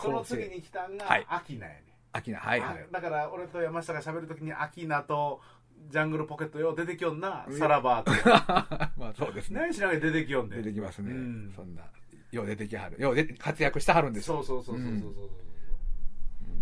その次に来たんがはいアキナやね、秋菜はいはいあだから俺と山下が喋るときにアキナとジャングルポケットよう出てきよんなうんさらばとまあそうですね何しながら出てきよんで 出てきますね、うんそんなよう出てきはるようで活躍してはるんですよそうそうそうそうそうそうそう、うん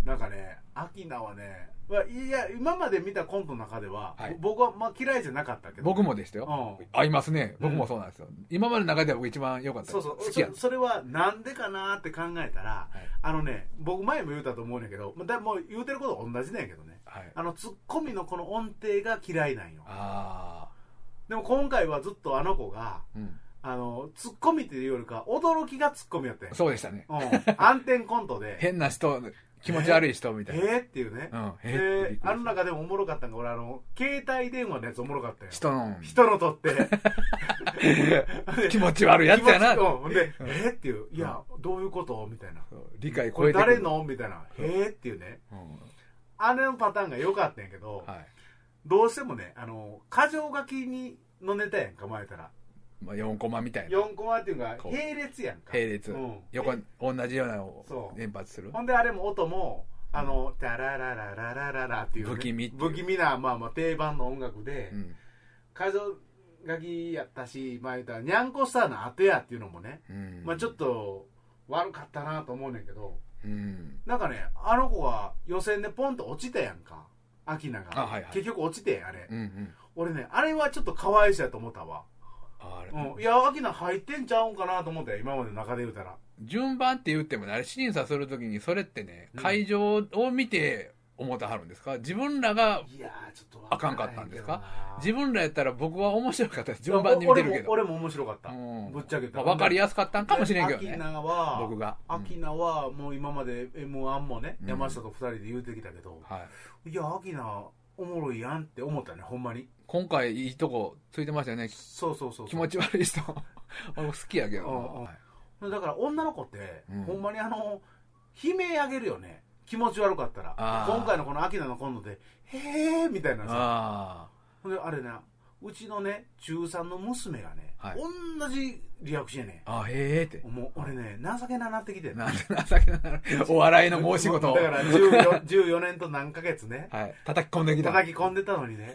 なんかねアキナはねまあいや今まで見たコントの中では、はい僕はまあ嫌いじゃなかったけど僕もでしたよ、うん合いますね僕もそうなんですよ、今までの中では僕一番良かったそうそう好きやそそれはなんでかなって考えたら、いあのね僕前も言うたと思うんやけどまあだもう言うてること同じなんやけどねはいあのツッコミのこの音程が嫌いなんよあでも今回はずっとあの子があうんあのツッコミっていうよりか驚きがツッコミやったんやそうでしたねうん暗転コント で変な人気持ち悪い人「みえたいな、ーっていうね、うんえーびっくでりしたあの中でもおもろかったんが俺あの携帯電話のやつおもろかったよ人の人のとって気持ち 悪いやつやな気持ちうんで「えーっていう「いやどういうこと?」みたいなそう理「解こ超れえてくる誰の?」みたいな「えーっていうねうんあれのパターンが良かったんやけど、はいどうしてもねあの過剰書きにのネタやんか前たらまあ、4コマみたいな4コマっていうのがこう並列やんか並列、うん横に同じようなのをそう連発するほんであれも音もあの「タラララララララ」っていうね、不気味っていう不気味な、まあ、まあ定番の音楽で、うん過剰書きやったしまあ言ったら「にゃんこスターの後や」っていうのもね、うんまあちょっと悪かったなと思うねんけどうんなんかねあの子が予選でポンと落ちたやんかアキナが、あはいはい結局落ちてあれ、うんうん俺ねあれはちょっとかわいそうやと思ったわあれ、うん、いや、アキナ入ってんちゃうんかなと思ったよ、今までの中で言うたら。順番って言ってもねあれ審査するときにそれってねうん会場を見て思ってはるんですか自分らがいやー、ちょっとあかんかったんですか自分らやったら僕は面白かったです順番に見見てるけど俺も俺も面白かった。うんぶっちゃけたまら。あ、分かりややすかったんかもしれんけどアキねナは、僕が、アキナはもう今まで M1 もね、うん山下と二人で言うてきたけど、はい、いや、アキナおもろいやんって思ったね、ほんまに。今回いいとこついてましたよねそうそうそう。気持ち。ち悪い人 俺も好きやけどな、うんうんはいだから女の子って、うんほんまにあの、悲鳴あげるよね。気持ち悪かったら。あー今回のこのアキナのコントで、へーみたいなさ。あほんであれなうちのね中3の娘がね、はい同じリアクションやねああへえってもう俺ね情けななってきてなんで情けないお笑いの申し事を、だから14 14年と何ヶ月ねはい、叩き込んできた叩き込んでたのにね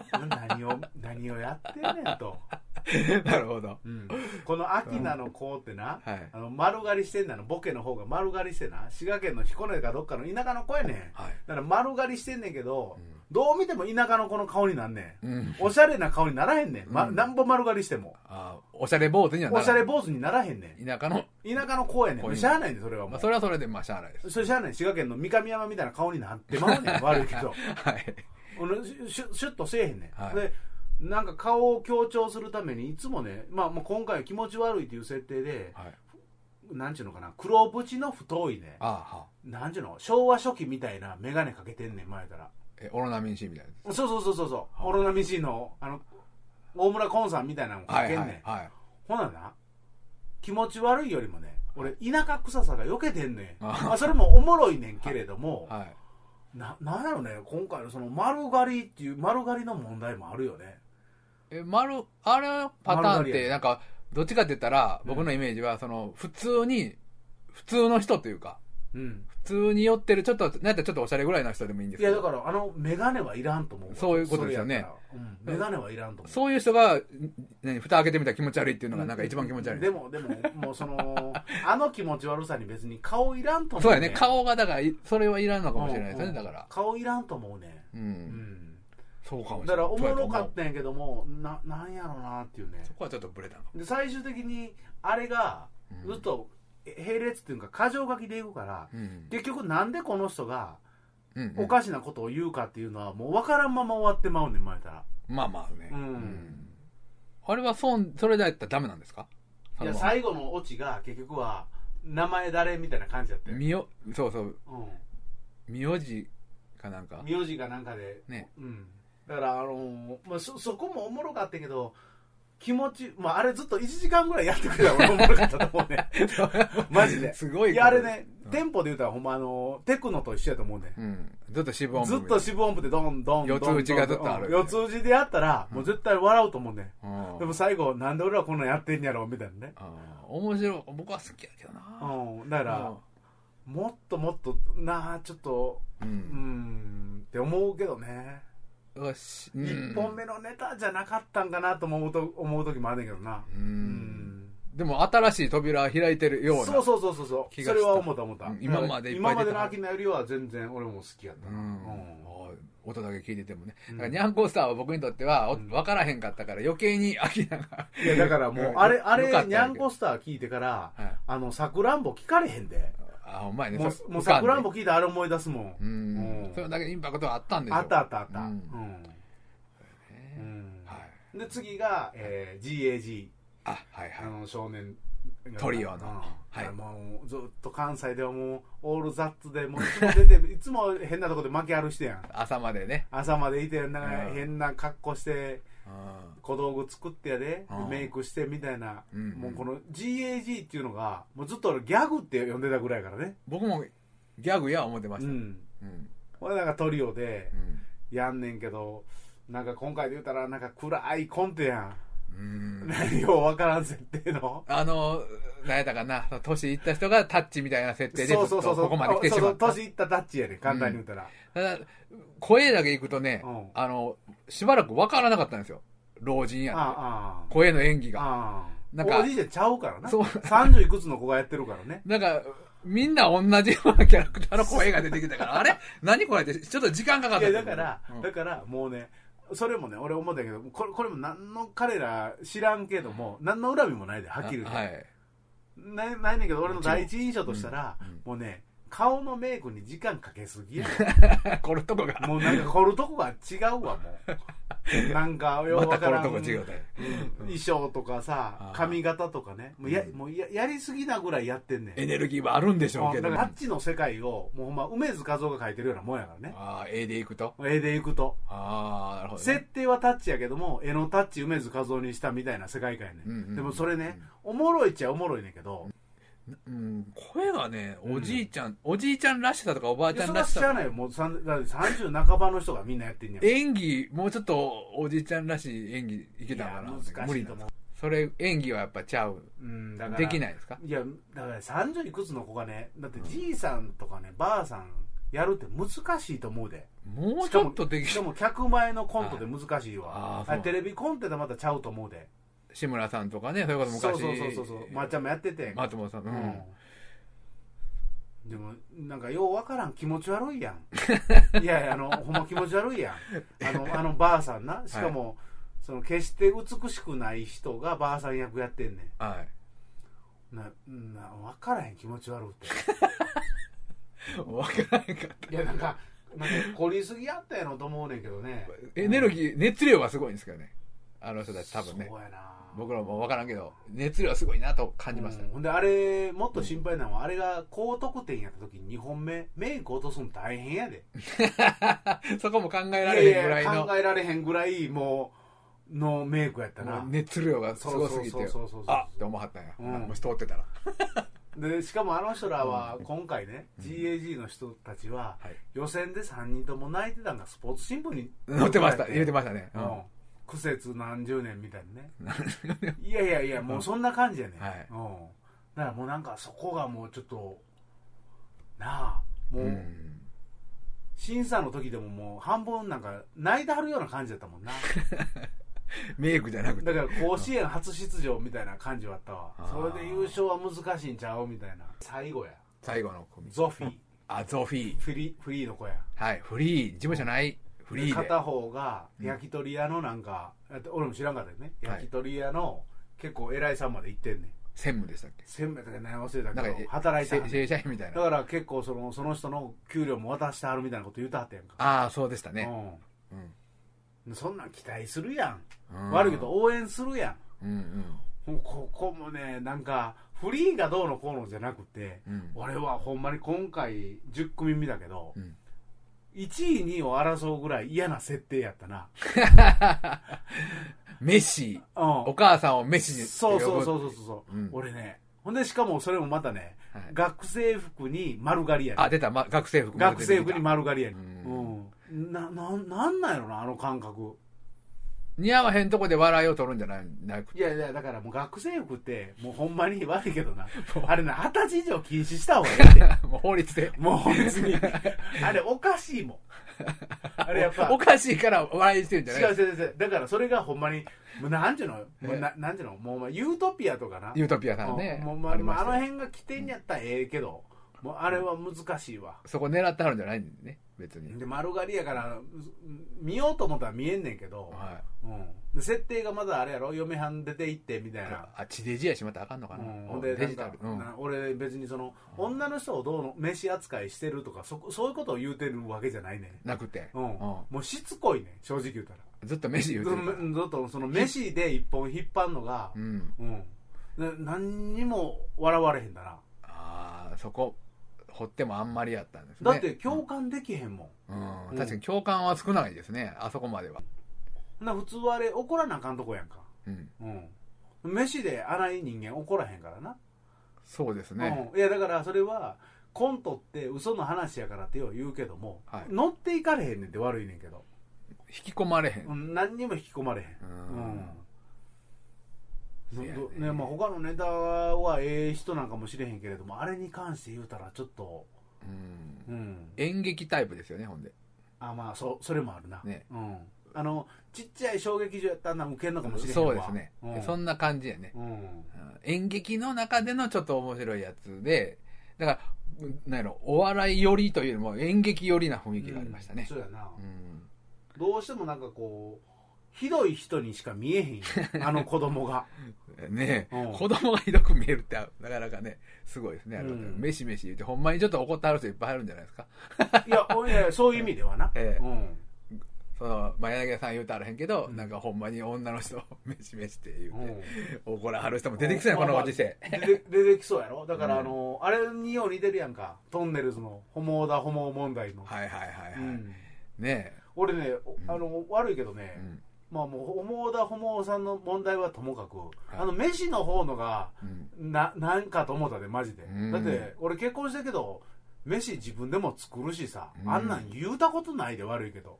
何を何をやってんねんと、 なるほどうんこのアキナの子ってな、はいあの丸刈りしてんねんのボケの方が丸刈りしてな滋賀県の彦根かどっかの田舎の子やねんはいだから丸刈りしてんねんけど、どう見ても田舎の子の顔になんねんうんおしゃれな顔にならへんねん、ま、うんなんぼ丸刈りしてもあーおしゃれ坊主にはなおらしゃれ坊主にならへんねん田舎の、田舎の子やね公園ん。しゃあないねん、それはもまあ、う。それはそれでまあしゃあな いですそれしゃあない。滋賀県の三上山みたいな顔になってまうねん。悪いけど。はい俺シュシュシュッとせえへんねん。はいで、なんか顔を強調するために、いつもね、まあ、まあ今回は気持ち悪いっていう設定で、はいなんちゅうのかな、黒縁の太いねあ、あはなんちゅうの、昭和初期みたいなメガネかけてんねん、前から。えオロナミン C みたいなそうそうそうそうそう。オロナミシーの、あの、大村コンさんみたいなのもかはけんねいん。はいはいほなな、気持ち悪いよりもね、俺、田舎臭さがよけてんねん。あまあ、それもおもろいねんけれども、はいな、なんやろね、今回のその丸刈りっていう、丸刈りの問題もあるよね。え丸あれパターン丸っ刈りやてねなんかどっちかって言ったらうん僕のイメージはその普通に普通の人というかうん。普通に寄ってるちょっとなんやったらちょっとおしゃれぐらいの人でもいいんでいすけや、どだから、あの、メガネはいらんと思うわ。そういうことですよねそれやったら。うん、メガネはいらんと思う。そういう人がん何蓋開けてみたら気持ち悪いっていうのがなんか一番気持ち悪い、でも、でも、もうその、あの気持ち悪さに別に顔いらんと思そううねやん。ね顔がだからいそれはいらんのかもしれないですね、うんうんだから顔いらんと思うね。うん、うん。そうかもしれないだから、おもろかそうやと思ったんやけども、な、なんやろなっていうねう。そこはちょっとブレたので最終的にあれがずっと並列っていうか過剰書きでいくからうん結局なんでこの人がうんうんおかしなことを言うかっていうのはもう分からんまま終わってまうねん前からまあまあね、うんあれは損それだったらダメなんですかいやその最後のオチが結局は名前誰みたいな感じだったよ、みよそうそうう名字かなんかん、名字がなんかで、ねうん、だからあのーまあ、そそこもおもろかったけど気持ち、まあ、あれずっと1時間ぐらいやって くれたら俺おもろかったと思うね マジですごいいやあれね、うんテンポで言うたらほんまあのテクノと一緒やと思うねんうんずっと渋音ずっと四分音符でどんどんどんどん四つ打ちがずっとある四つ打ちでやったら、もう絶対笑うと思うね、うんん。でも最後、なんで俺らこんなんやってんやろみたいなね。あー面白い僕は好きやけどなうん。だから、もっともっとなあちょっとううんんって思うけどね、よし一1本目のネタじゃなかったんかなとも思うと思う時もあるねんけどなううんでも新しい扉は開いてるようなそうそうそうそうそう気がそれしたは思った思った、うん今までいっぱ今まい出てでたの秋のよりは全然俺も好きやったうな、うんん音だけ聞いててもね、うんだからニャンコースターは僕にとってはおうん分からへんかったから余計にアキナが、いやだからもうあれうんあよかったれんニやけどャンコスター聞いてからはい、あのさくらんぼ聞かれへんであほんまやねもそうもう浮かさんくでらんぼ聞いてあれ思い出すもんう、ん、うんそれだけインパクトはあったんでしょあったあったあった、ううんんねはいうんで次が、えー GAG あはいあはいの少年トリオのうんはいもうずっと関西ではもうオールザッツでもういつも出て いつも変なとこで負け歩してやん朝までね、朝までいてなんうかん変な格好してうん小道具作ってやで、うんメイクしてみたいな、うんもうこの GAG っていうのがもうずっと俺ギャグって呼んでたぐらいからね僕もギャグや思ってまうした、んうん俺なんかトリオでうんやんねんけどなんか今回で言うたらなんか暗いコントやうんん、 何ようわからん設定のあの、なんやったかな、年いった人がタッチみたいな設定で、ずっとここまで来てしまった。そうそう年いったタッチやねん簡単に言うたら、ただ、声だけ行くとね、うんあの、しばらく分からなかったんですよ。老人やんで。ああ声の演技が。ああなんかおじいちゃんちゃうからなそう30いくつの子がやってるからねなんか、みんな同じようなキャラクターの声が出てきたから、あれ何これって、ちょっと時間かかっいたやんだですよから、うんだからもうねそれもね俺思ったけどこれこれも何の彼ら知らんけども何の恨みもないではっきり言って、あはい。ないないねんけど俺の第一印象としたら、うんうんもうね顔のメイクに時間かけすぎや このとこが、もうなんか凝るとこが違うわも うなんかようまたわこからのんとこ違うね。うん衣装とかあさー髪型とかねもうや,、うんもうややりすぎなぐらいやってんねんエネルギーはあるんでしょうけだどかも。らああっちの世界をもうほんま梅津和夫が描いてるようなもんやからねあー、絵で行くと。絵でいくとああ、なるほどね、設定はタッチやけども絵のタッチ梅津和夫にしたみたいな世界観やね、うんうんうんでもそれねおもろいっちゃおもろいねんけど、うん、声がね、おじいちゃん、おじいちゃんらしさとかおばあいちやゃそんれらはし知さら。ないよもうさんだって30半ばの人がみんなやってんねや演技、もうちょっとおじいちゃんらしい演技いけたのかな難しいと思う無理なんですかそれ、演技はやっぱちゃう。うんだからできないですかいやだから30いくつの子がねだってじいさんとかねばあさんやるって難しいと思うでもうしちかょもっとできしかも客前のコントで難しいあわあそうあテレビコントでまたちゃうと思うで志村さんとかね、そういうことそう昔。そうそうそうそうまっちゃんもやってて松本さん。う。うんんでもなんかようわからん気持ち悪いや んいやいやあのほんま気持ち悪いやんあのあのばあさんなしかも、その決して美しくない人がばあさん役やってんねんはい。なな分からへん気持ち悪いっわからへんか った。ていやなんかなんか凝りすぎやったやろと思うねんけどねエネルギー、熱量はすごいんですけどね。あの人たち多分ねそ。うやな僕らもわからんけど、熱量はすごいなと感じましたうん。ほんであれもっと心配なのは、あれが高得点やった時に2本目メイク落とすの大変やで そこも考えいらやれいへんぐらいやの考えられへんぐらいもうのメイクやったな、熱量がすごすぎてそうそうそうそうそう、あっって思わはったんや。うんあもし通ってたら。でしかもあの人らは今回ね、GAG の人たちははい予選で3人とも泣いてたんがスポーツ新聞に載ってました。言れってましたね。ううんん。苦節何十年みたいなねいやいやいやもうそんな感じやね、はいうん、だからもうなんかそこがもうちょっとなあもう、うん審査の時でももう半分なんか泣いてはるような感じだったもんなメイクじゃなくて。だから甲子園初出場みたいな感じはあったわあーそれで優勝は難しいんちゃうみたいな最後や最後のコミ。ゾフィーあ、ゾフィー。フリーフリーの子やはい、フリー。事務所ない。フでリーで。片方が焼き鳥屋のなんか、だって俺も知らんかったよねはい焼き鳥屋の結構偉いさんまで行ってんねん専務でしたっけせんべいとか悩ませたなんけかど、働いてはんねせん正社員みたいだかな。ら結構そのその人の給料も渡してはるみたいなこと言うたはったやんか、ああ、そうでしたね。うん、そんなん期待するや、うんん悪いけど。応援するやんうんうん。もうここもねなんかフリーがどうのこうのじゃなくて、うん俺はほんまに今回10組目だけど、うん1位2位を争うぐらい嫌な設定やったな、メッシ。うん、お母さんをメッシに。そうそうそううそうそう、うん俺ねほんでしかもそれもまたね、はい学生服に丸刈りやねあ、出た、ま、学生服。学生服にま。丸刈りやねうんうん、なななんなんやろなあの感覚似合わへんとこで笑いを取るんじゃないなくいやいや、だからもう学生服って、もうほんまに悪いけどなもう。あれな、二十歳以上禁止した方がいいって。 もう法律で もう別 に。あれおかしいも ん。あれやっぱ。おかしいから笑いしてるんじゃな違うい違う違う。だからそれがほんまに、もうなんていうのもうななんていうのもうお前ユートピアとかな。ユートピアさんねもうまあありまましたあよあの辺が起点やったらええけど、もうあれは難しいわ。そこ狙ってはるんじゃないんでね別にで、丸刈りやから、見ようと思ったら見えんねんけど、はいうん。で設定がまだあれやろ嫁はん出て行ってみたいな。あ地デジやしまったらあかんのかな、うん、うほんんでデなジんタかル、うんな俺別にその女の人をどうの飯扱いしてるとかそこそういうことを言うてるわけじゃないねん、なくて、うんもうしつこいねん正直言うたらずっと飯言うてるからずずっとその飯で一本引っ張るのがう、んうんな何にも笑われへんだなああそこ掘ってもあんまりやったんですだねって共感できへんもん、うん、うん確かに共感は少ないですねあそこまではほんなら普通はあれ怒らなあかんとこやんかうんうん飯で荒い人間怒らへんからな、そうですね、うん、いやだからそれはコントって嘘の話やからってよう言うけども、はい乗っていかれへんねんって悪いねんけど引き込まれへん、うん何にも引き込まれへんうんうんせやねどねまあ、他のネタはええ人なんかもしれへんけれどもあれに関して言うたらちょっと、うんうん、演劇タイプですよねほんであまあそそれもあるな、ねうん、あのちっちゃい小劇場やったらウケんのかもしれへんそわうですね、うんそんな感じやね、うんうん演劇の中でのちょっと面白いやつでだからうんなんやろお笑い寄りというよりも演劇寄りな雰囲気がありましたねうん、そうやな、うんどうしてもなんかこうひどい人にしか見えへんよあの子供がねえ、うん子供がひどく見えるってなかなかねすごいですねあれは、うんメシメシ言ってほんまにちょっと怒ってはる人いっぱいあるんじゃないですかいやおいやそういう意味では な、ええうんその、まあ、柳田さん言うとあらへんけど、うんなんかほんまに女の人を メシメシって言ううて、ん怒らはる人も出てきそうや、このご時世。出て出てきそうやろだから、うんあのあれによう似てるやんかトンネルズのホモーダホモー問題の、はいはいはいはい。うんね俺ねおんあの悪いけどえ、ねう、んまあもうホモーダホモーさんの問題はともかく、いあの飯の方のがうんななんかと思ったでマジで、うんだって俺結婚したけど飯自分でも作るしさ、うんあんなん言うたことないで悪いけど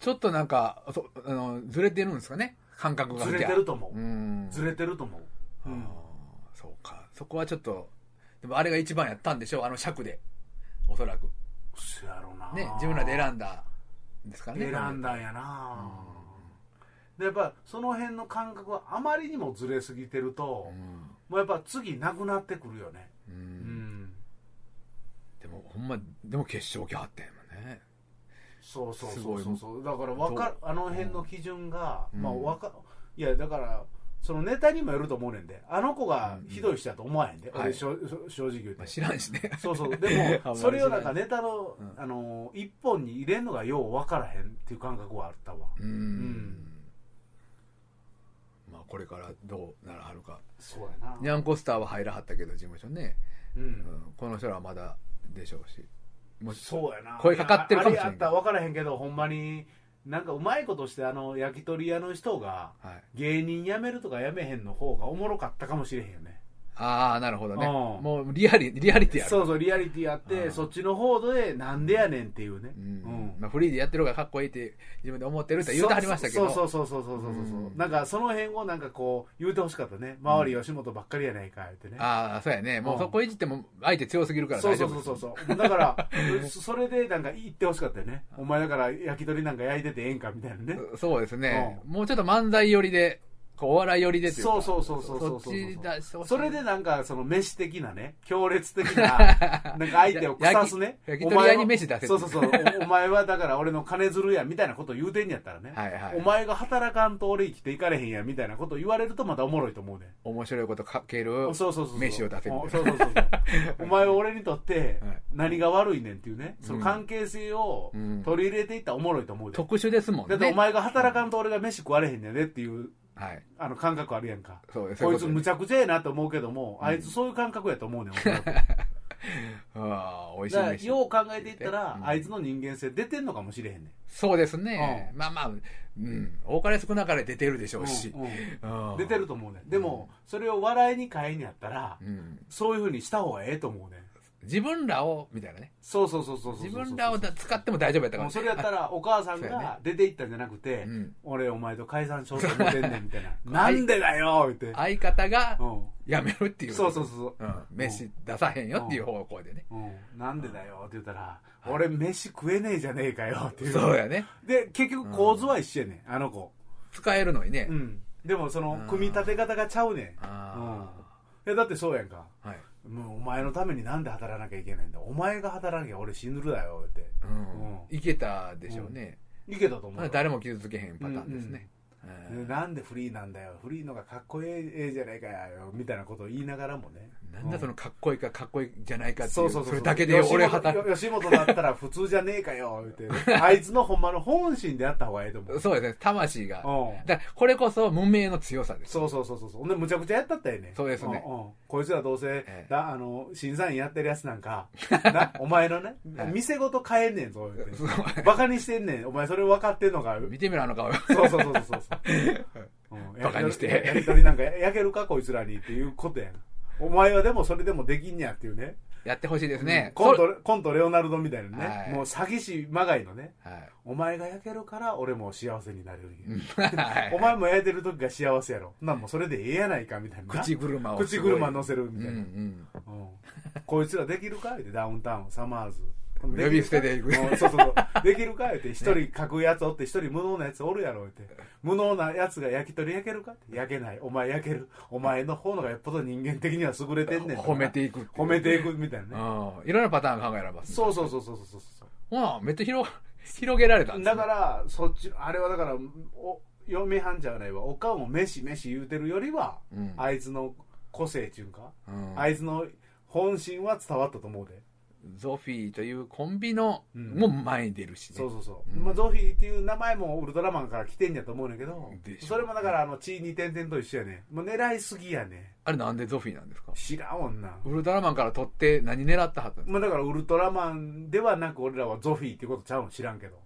ちょっとなんか、そあのずれてるんですかね、感覚が。ずれてると思うう、ん。ずれてると思う、あうーんそうか。そこはちょっと、でもあれが一番やったんでしょう、あの尺で。おそらく。そやろなね、自分らで選んだんですからね。選んだんやな、でやっぱその辺の感覚はあまりにもずれすぎてるとう、ん。もうやっぱ次なくなってくるよねううんん。でも、ほんま、でも決勝来はったんやもんね。そうそうすそごいうそうそうだからわかるあの辺の基準が、うんまあわかいやだからそのネタにもよると思うねんであの子がひどい人だと思わへんで、うんは俺いしょしょ正直言うて、まあ、知らんしね。 そうそうであんまもりそれをなんかネタの、うんあの一本に入れんのがようわからへんっていう感覚はあったわうんんまあこれからどうならはるかそうやなニャンコスターは入らはったけど事務所ね、ううんん、この人らはまだでしょうしもしそうやな声かかってるかもしれやあんれやったら分からへんけどほんまになんかうまいことしてあの焼き鳥屋の人がはい、芸人辞めるとか辞めへんの方がおもろかったかもしれへんよねああなるほどねうんもうリアリリアリティあるそうそうリアリティあって、うんそっちの方でなんでやねんっていうねううんんまあ、フリーでやってる方がかっこいいって自分で思ってるって言うてはりましたけどそうそうそうそうそうそうそう、うんなんかその辺をなんかこう言うてほしかったね周り吉本ばっかりやないかってね、ああそうやねもうそこいじっても相手強すぎるからそう大そ丈う夫そうですそうそうだから そそれでなんか言ってほしかったよねお前だから焼き鳥なんか焼いててええんかみたいなねそうですね、もうちょっと漫才寄りでこうお笑い寄りでっていうかそうそうそうそうそうそうそっち出してほしいそれでなんか、その飯的なね、強烈的 な、なんか相手を腐すね。や焼き焼き鳥屋に飯出せってお前はそうそうそう。おお前はだから俺の金づるや、みたいなこと言うてんやったらね。はいはいお前が働かんと俺生きていかれへんや、みたいなこと言われるとまたおもろいと思うね。面白いこと書けそるうそうそうそう。飯を出せるおそうそうそうそ う。お前は俺にとってはい何が悪いねんっていうね、そのうん関係性をうん取り入れていったらおもろいと思うで。特殊ですもんだねってお前が働かんと俺が飯食われへんねんでっていう、はいあの感覚あるやんか。そうですこいつむ無ちゃくちゃやなと思うけども、あいつそういう感覚やと思うねん、 俺はだかああ美味しいら飯よう考えていったら、うんあいつの人間性出てんのかもしれへんねそうですね、うまあまあうん多かれ少なかれ出てるでしょんうし、うんうん出てると思うねんでもそれを笑いに変えんやったらうんそういうふうにした方がええと思うねん自分らを、みたいなね。そうそうそうそうそう自分らをだ使っても大丈夫やったかもら。うそれやったらお母さんそうやねが出て行ったんじゃなくて、うん俺お前と解散しようと思ってんねんみたいな なんでだよって、相方がう辞めるっていん、う。そうそうそううん。飯出さへんよっていう方向でね。うん、なんでだよって言ったら、俺飯食えねえじゃねえかよっていうそうやね。で結局構図は一緒やねんあの子使えるのにねう。んでもそのうん組み立て方がちゃうねんあいやだってそうやんかあ。はい。もうお前のためになんで働かなきゃいけないんだお前が働きゃ俺死ぬるだよってうん。いけたでしょうね。いけたと思まだう誰も傷つけへんパターンですね。でうんなんでフリーなんだよフリーのがかっこええええじゃないかよみたいなことを言いながらもねなんだそののかっこいいかかっこいいじゃないかってい。そううそうそうそれだけで俺働く吉本吉本だったら普通じゃねえかよ言 ってあいつのほんまの本心であった方がええと思うく。そうですね。魂が。うんだからこれこそ無名の強さです。 そうそうそうそうそうほんでむちゃくちゃやったったよねそうですねんうんこいつらどうせ、ええだあの審査員やってるやつなんかなお前 のね、はい店ごと変えんねんぞ言うそうてバカにしてんねんお前それ分かってんのか見てみろ、あの顔。そうそうそうそうそうそう、うんバカにしてやりやりとりなんかやけるかこいつらにっていうことやんお前はでもそれでもできんねやっていうねやってほしいですね。コンそトコントレオナルドみたいなね、はいもう詐欺師まがいのねはい。お前が焼けるから俺も幸せになれるんや、はいお前も焼いてる時が幸せやろなんもうそれでええやないかみたいな 口車を。口車乗せるみうんたういな、ん。うんこいつらできるか言ってダウンタウンサマーズ呼呼び捨てで行くそうそうそうできるか言って一人書くやつおって一人無能なやつおるやろって無能なやつが焼き鳥焼けるかって焼けないお前焼けるお前の方のがよっぽど人間的には優れてんねん褒めていく褒めていくみたいなうねん。いろんなパターンが考えられます。そうそうそうそうそうそうまあ、めっちゃ広、広げられたんですだねからそっちあれはだからお嫁はんじゃないわおかんも飯飯言うてるよりは、うんあいつの個性っていうか、うんあいつの本心は伝わったと思うでゾフィーというコンビの、うんも前に出るしね。そうそうそう、うんまあ、ゾフィーっていう名前もウルトラマンから来てんやと思うねんだけどでしょそれもだからあの血に点々と一緒やねもう狙いすぎやねあれなんでゾフィーなんですか知らん女ウルトラマンから取って何狙ったはったんですかまあ、だからウルトラマンではなく俺らはゾフィーっていうことちゃうの知らんけど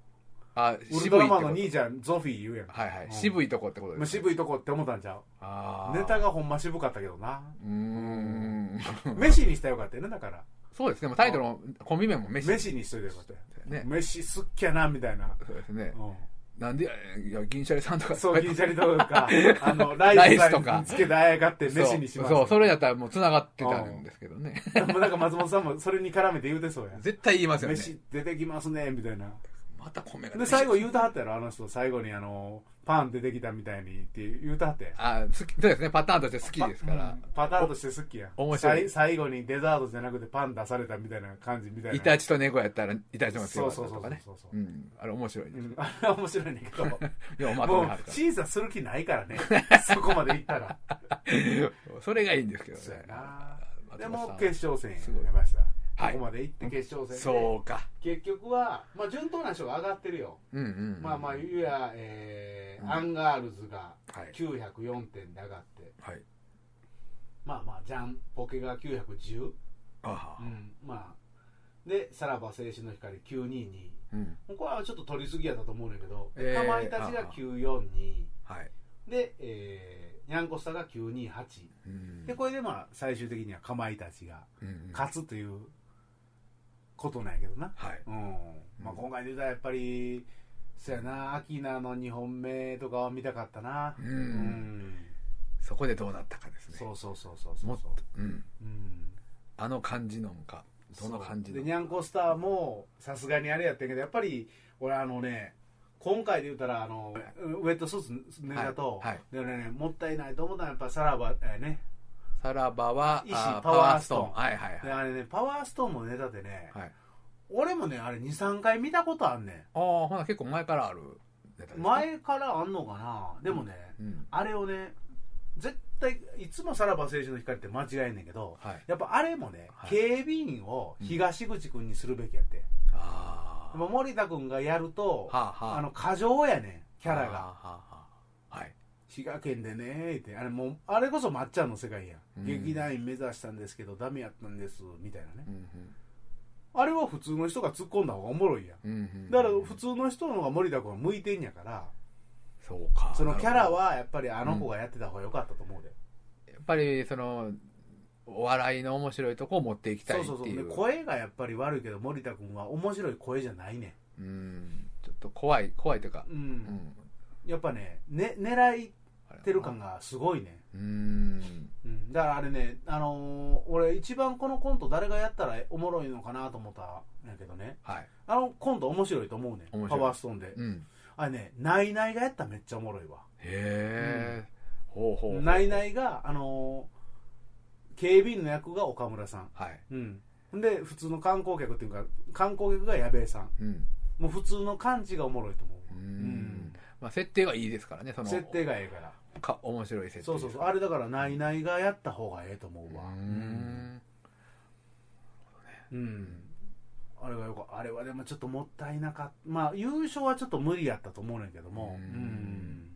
あ、ウ渋ルトいとこラ。マンの兄ちゃんゾフィー言うやん、はいはうい。ん渋いとこってことまであ、すか。渋いとこって思ったんちゃうああ。ネタがほんま渋かったけどなうーん。 飯にしたらよかったよねだからそうですね。もうタイトルも、コンビ名も 飯。飯にしといてよかったよね。飯すっきゃなみたいな、そうですね。 うなんで、いや、銀シャリさんとか。ん、そう銀シャリと かあのライスライさスとかえにつけてあやがって飯にしますそう、そうそれやったらもう繋がってたんですけどね。で もなんか松本さんもそれに絡めて言うてそうや絶対言いますよね。飯出てきますねみたいなまた米が。で最後言うたはったやろあの人最後にあのパン出てきたみたいにって言うたはってあ、好き、そうですね。パターンとして好きですから。パターンとして好きやお面白いさ最後にデザートじゃなくてパン出されたみたいな感じみたいなイタチと猫やったら、イタチの方が強かそうそうったそとうかねそうそう。そううん。あれ面白いねう。んあれは面白いねんけどいや、 おまともめうはるから。審査する気ないから ねそこまでいったらそれがいいんですけどそうやね。な松本さんでも決勝戦すごいやめましたはいここまで行って決勝戦でそうか。結局は、まあ、順当な人が上がってるよ、うんうん。まあまあはい。ゆうや、えーうんアンガールズがはい904点で上がってまあまあジャンポケが910、あはう。ん、まあでさらば青春の光922うん。これはちょっと取りすぎやったと思うねんだけど、えーかまいたちが942はい。で、えー、にゃんこスタが928うんでこれでまあ最終的にはかまいたちがうん勝つということなんやけどな、はい。うんまあ、今回出たらやっぱりそやなアキナの2本目とかは見たかったなうんんそこでどうなったかですね。そうそうそうそうそもうっそとう、うん。うんあの感じのんか。どの感そじうのでにゃんこスターもさすがにあれやったけどやっぱり俺あのね今回で言うたらあのウェットスーツネタと、はいはいでねもったいないと思ったのはやっぱさらばやねさらばは、石あパワーストーンはいはいではあれねパワーストーンのネタでね、い。はい。俺もねあれ23回見たことあんねああ、ほな結構前からあるネタですんね。前からあんのかなでもね、うん。あれをね絶対いつもさらば青春の光って間違えんねんけどはい。やっぱあれもね、はい警備員を東口君にするべきやって、あでも森田君がやると、あ。はあはあ。あの過剰やねんキャラはあがはあはあ。はい。滋賀県でねーってあれもうあれこそまっちゃんの世界や、うんん、劇団員目指したんですけどダメやったんですみたいなねうんうんあれは普通の人が突っ込んだ方がおもろいやんうんうん。だから普通の人の方が森田君は向いてんやからそうか。そのキャなるラほどはやっぱりあの子がやってた方が良かったと思うで、やっぱりそのお笑いの面白いとこを持っていきたいそうっていそううそうで声がやっぱり悪いけど森田君は面白い声じゃないねうんちょっと怖い怖いというかん、う、うんんやっぱねね狙いあれってる感がすごいね、うんうん、だからあれね、あのー俺一番このコント誰がやったらおもろいのかなと思ったんやけどねはいあのコント面白いと思うね面白いパワーストーンで、うんあれねナイナイがやったらめっちゃおもろいわへえ、ほうほうほうナイナいイが、あのー警備員の役が岡村さんはいうんで普通の観光客っていうか観光客が矢部さんうんもう普通の感じがおもろいと思うう、んまあ設定はいいですからねその設定がええからか面白い設定そうそうそうあれだからナイナイがやった方がええと思うわうんうん、あれはよくあれはでもちょっともったいなかったまあ優勝はちょっと無理やったと思うねんけどもううんん、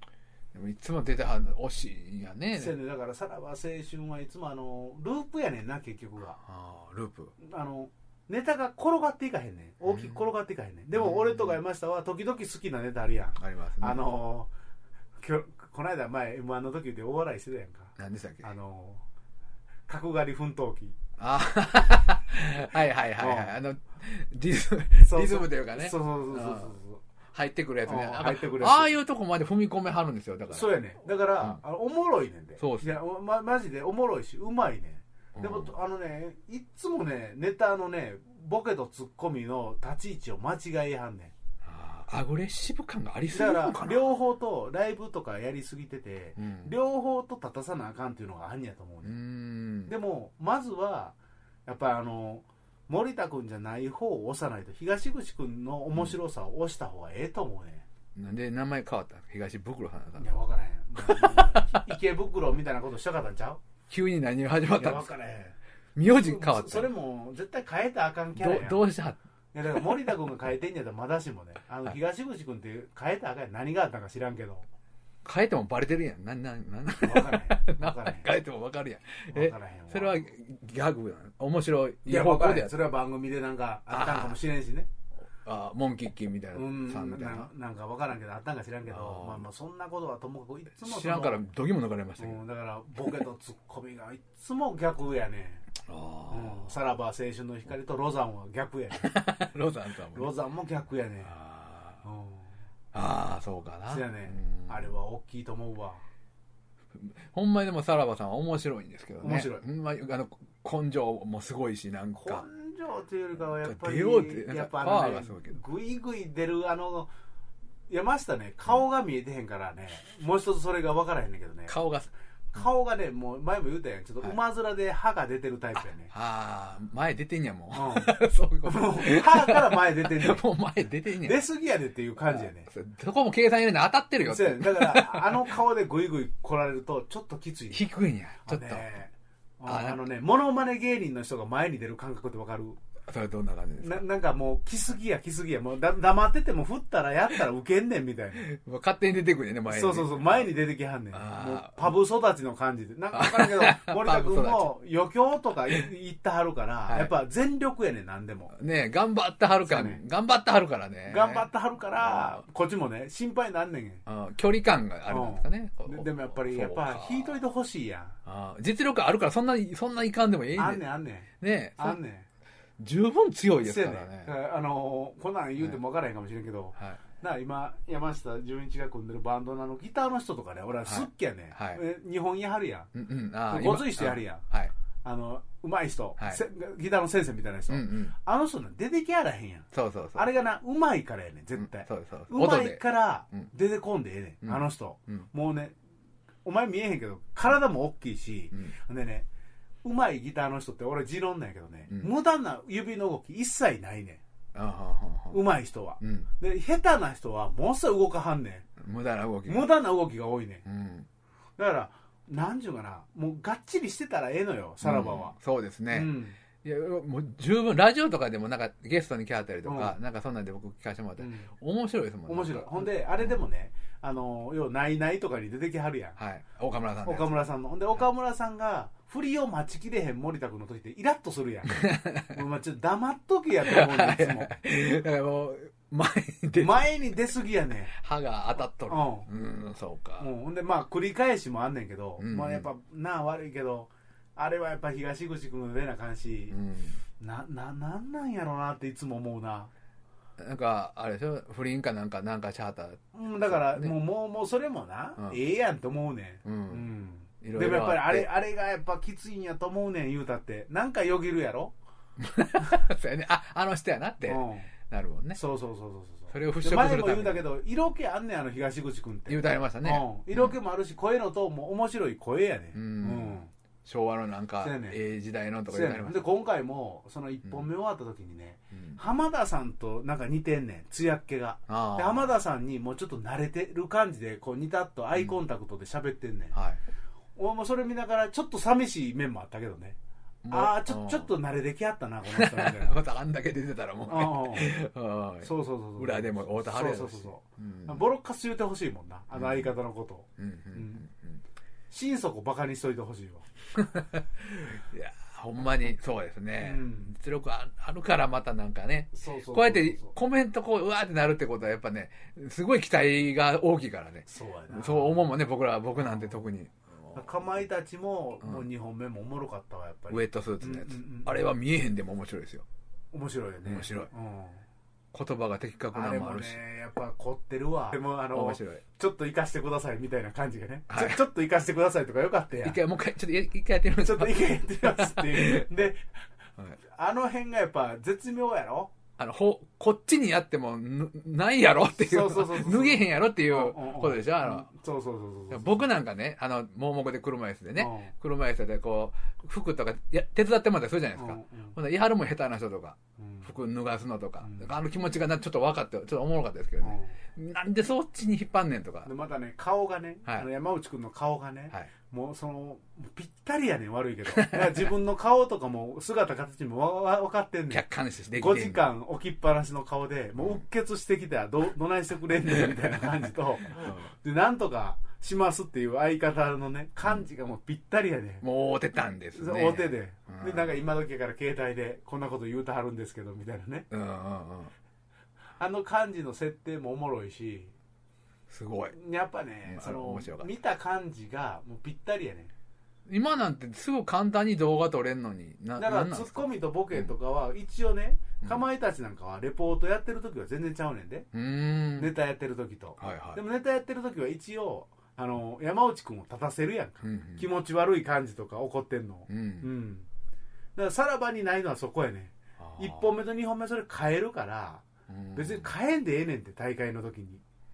でもいつも出てはんの惜しいんやねせやねだからさらば青春はいつもあのループやねんな結局があーループあのネタが転がっていかへんねん大きく転がっていかへんねんでも俺とか山下は時々好きなネタあるやんありますねあのきょこの間前 m 1の時で大笑いしてたやんか何でしたっけあの角刈り奮闘記あ はいはいはいはい。あの、リズム、そうそうリズムというかねそう、そうそうそうそうそう入ってくるやつね。うんなんか入ってくるやつああいうとこまで踏み込めはるんですよ、だから。そうやねだから、あのおもろいねんでそうっすいやおまマジでおもろいしうまいねうんんでも、あのねいっつもねネタのねボケとツッコミの立ち位置を間違えはんねあーアグレッシブ感がありんすぎだるかのからな。両方とライブとかやりすぎてて、うん両方と立たさなあかんっていうのがあんやと思ううね、ん。ん、でもまずはやっぱりあの森田君じゃない方を押さないと東口君の面白さを押した方がええと思うね、んなんで名前変わったの東袋花さいんや。分から へん池袋みたいなことしたかったんちゃう急に何が始まっいたやんで分すかからへん名字変わったそそれも絶対変えたらあかんキャラやんどどうしたいやだから森田君が変えてんやったらまだしもねあの東口君って変えたらあかんやん何があったんか知らんけ ど変えてもバレてるやん。なん、なん、なん、分からへん分からへ変えてもわかるやん。んえ分からへんわそれはギャグなの面白いいや方分か向らへでやんっそれは番組でなんかあったんかもしれんしねあーモンキッキーみたいなうんさなんみたいなな。なんか分からんけどあったんか知らんけどあーまあまあそんなことはともかくいつもその知らんからどぎも抜かれましたうけど。んだからボケとツッコミがいつも逆やねあん、うん、さらば青春の光とロザンは逆やね んあ、ロザンさんもね、ロザンも逆やねん、あーうんあー、そうかな。そやねうんあれは大きいと思うわほんまにでもさらばさんは面白いんですけどね。面白いほんまにあの根性もすごいし、なん根か。性というよりかはやっぱり出ようってやっぱパワあーのがねすごいけどグイグイ出るあの山下ね顔が見えてへんからね、もう一つそれが分からへんねんけどね顔が、顔がねもう前も言うたやんちょっと馬面で歯が出てるタイプやね、ああ、前出てんやもうう。 そういうこん、もう歯から前出てんね んと。もう前出てんや出すぎやでっていう感じやねそそこも計算入れない当たってるよっそうやてね。だからあの顔でグイグイ来られるとちょっときついね低いんや。ちょっとあ。のねあああのねモノマネ芸人の人が前に出る感覚って分かるそれはどんな感じですかななんかもう来すぎや来すぎやもうだ黙ってても振ったらやったらウケんねんみたい勝手に出てくるよね、な前に。そうそうそう前に出てきはんねんあーもうパブ育ちの感じでなんか分 からんけあど森田君パも余興とかい言ってはるから、はいやっぱ全力やねん何でもね頑張ってはるかそうやね頑張ってはるからね。頑張ってはるからこっちもね心配なんねんうん距離感があるんですかね。こうででもやっぱりやっぱ引いといてほしいやんあー実力あるからそんな、そんないかんでもいいあんんねで。んあんねんねあんね十分強いんですせかやらねねん。だからあのーこんなん言うても分からへんかもしれんけど、はい。なあ今山下純一が組んでるバンドのあのギターの人とかね俺は好っきやね、はいはいえ日本やはるやんうんうん。あーごつい人やるやん。今あはい。あの上手い人、はいせギターの先生みたいな人、うんうん。あの人な出てきやらへんやんそうそうそう。あれがな上手いからやねんう絶ん対そうそうそう。上音手いで。からうん出てこんでええねん、うんあの人、うんもうねお前見えへんけど体も大きいしう、んでね上手いギターの人って俺持論なんやけどね、うん無駄な指の動き一切ないねあーはーはーんは上手い人はーうん。で下手な人はものすごい動かはんね無駄な動き。ん無駄な動きが多いねんうん。だからなんちゅうかなもうがっちりしてたらええのよさらばは、うん。そうですうね。んいや、もう十分、ラジオとかでもなんかゲストに来はったりとか、うなんかそんなんで僕聞かせてもらっうたり。ん面白いですもんね。面白いほんであれでもねあの要は「ないない」とかに出てきはるやんはい。岡村さんのやつ岡村さんのほんで岡村さんが振りを待ちきれへん森田君の時ってイラッとするや んもうまあちょっと黙っとけやと思うねんいつも だからもう、前に出て前に出すぎやねん歯が当たっとる。ううん、そうか。うんほんでまあ繰り返しもあんねんけど、うんうんまあやっぱなあ悪いけどあれはやっぱ東口君の出な感じう、ん。なななんなんやろうなっていつも思うな、なんか、あれでしょ不倫かなんか、なんかチャーター。うん、だから、ねもうもうもうそれもな、うんええやんと思うね、うんん。いうん、ろでいろもやっぱりあれああれがやっぱきついんやと思うねん言うたってなんかよぎるやろ、って。そうやね。あ、あの人やなっうて、ん、なるもんね。そうそうそうそうそうそれを払拭すでるた前も言めにうたけど色気あんねんあの東口君って言うてありましたね。うん、色気もあるし声のトーンも面白い声やねうんうん昭和のなんかそうやね、ええ時代のとそかう言うやてありねまんしたで。今回もその1本目終わった時にね、うん浜田さんとなんか似てんねん艶っ気があであ。浜田さんにもうちょっと慣れてる感じでこうニタッとアイコンタクトで喋ってんねん、はい。俺もそれ見ながらちょっと寂しい面もあったけどねもうああちょうんちょっと慣れてきはったなこの人みたい な またあんだけ出てたらもうね。うんうんはいそうそうそうそう裏でも会うてはるやろそうしそうそうそううんボロッカス言うてほしいもんなあの相方のことを、うんうんうん心底バカにしといてほしいわうんいやーほんまにそうですね、うん実力ああるからまたなんかねそうそうそうそうこうやってコメントこううわーってなるってことはやっぱねすごい期待が大きいからねそうやなそう思うもんね僕ら僕なんて特にかまいたちも、うんもう2本目もおもろかったわやっぱりウェットスーツのやうつ、んうんうんあれは見えへんでも面白いですよ面白いよね面白いうん言葉が的確なあのれもあもるしねやっぱ凝ってるわでもあの面ち白いょっと生かしてくださいみたいな感じがね、はいちょちょっと生かしてくださいとかよかったや一ん回もう一回ちょっとや一回やってみま すちょっと意見言ってますっていうではいあの辺がやっぱ絶妙やろあのほこっちにやってもぬないやろっていうそうそうそうそう脱げへんやろっていいうことでしょあの、そうそうそうそうそう僕なんかね、あの、盲目で車椅子でね、うん車椅子でこう、服とかや手伝ってもらったりするじゃないですか。ほんなら、やはるも下手な人とか、うん服脱がすのとか、うんあの気持ちがなちょっと分かって、ちょっとおもろかったですけどね。なんでそっちに引っ張んねんとかうんで。またね顔がね、はいあの山内くんの顔がね、はい。もうそのもうぴったりやねん悪いけどいや自分の顔とかも姿形もわわ分かってんねん客観視してでき5て時ん間起きっぱなしの顔でもううっ血してきたらどどないしてくれんねんみたいな感じとでなんとかしますっていう相方のね感じがもうぴったりやねんもう、会うてたんですね。大手で、うんでなんか今時やから携帯でこんなこと言うてはるんですけどみたいなねうんうんうん。あの感じの設定もおもろいしすごい。やっぱね、うんそあのの面白かった見た感じがもうぴったりやね今なんてすぐ簡単に動画撮れんのに、な、だかならんなんツですッかコミとボケとかは一応ね、うんかまいたちなんかはレポートやってる時は全然ちゃうねんで、うーん。ネタやってる時と、はいはいでもネタやってる時は一応あの山内くんを立たせるやんか、うん気持ち悪い感じとか怒ってんのうん。うんうん、だからさらばにないのはそこやねあー1本目と2本目それ変えるからうん別に変えんでええねんって大会の時に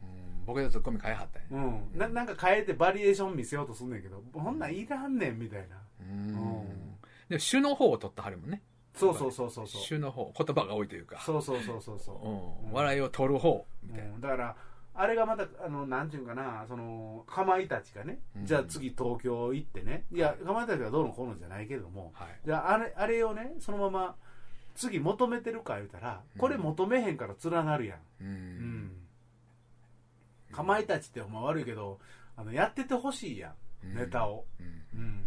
うん僕のツッコミ変えはったんやうんななんか変えてバリエーション見せようとすんねんけどこんなんいらんねんみたいなうーうんんでも主の方を取ったはるもんねそうそうそうそうそう主の方言葉が多いというかそうそうそうそうそううんうん笑いを取る方みたいなうんだからあれがまたあのなんていうんかなそのかまいたちがね、うんじゃあ次東京行ってねいやかまいたちがどうのこうのじゃないけどもはいじゃああれあれをねそのまま次求めてるか言うたらこれ求めへんから連なるやん、ううんんかまいたちってほんま悪いけどあのやっててほしいやんネタを、うんうん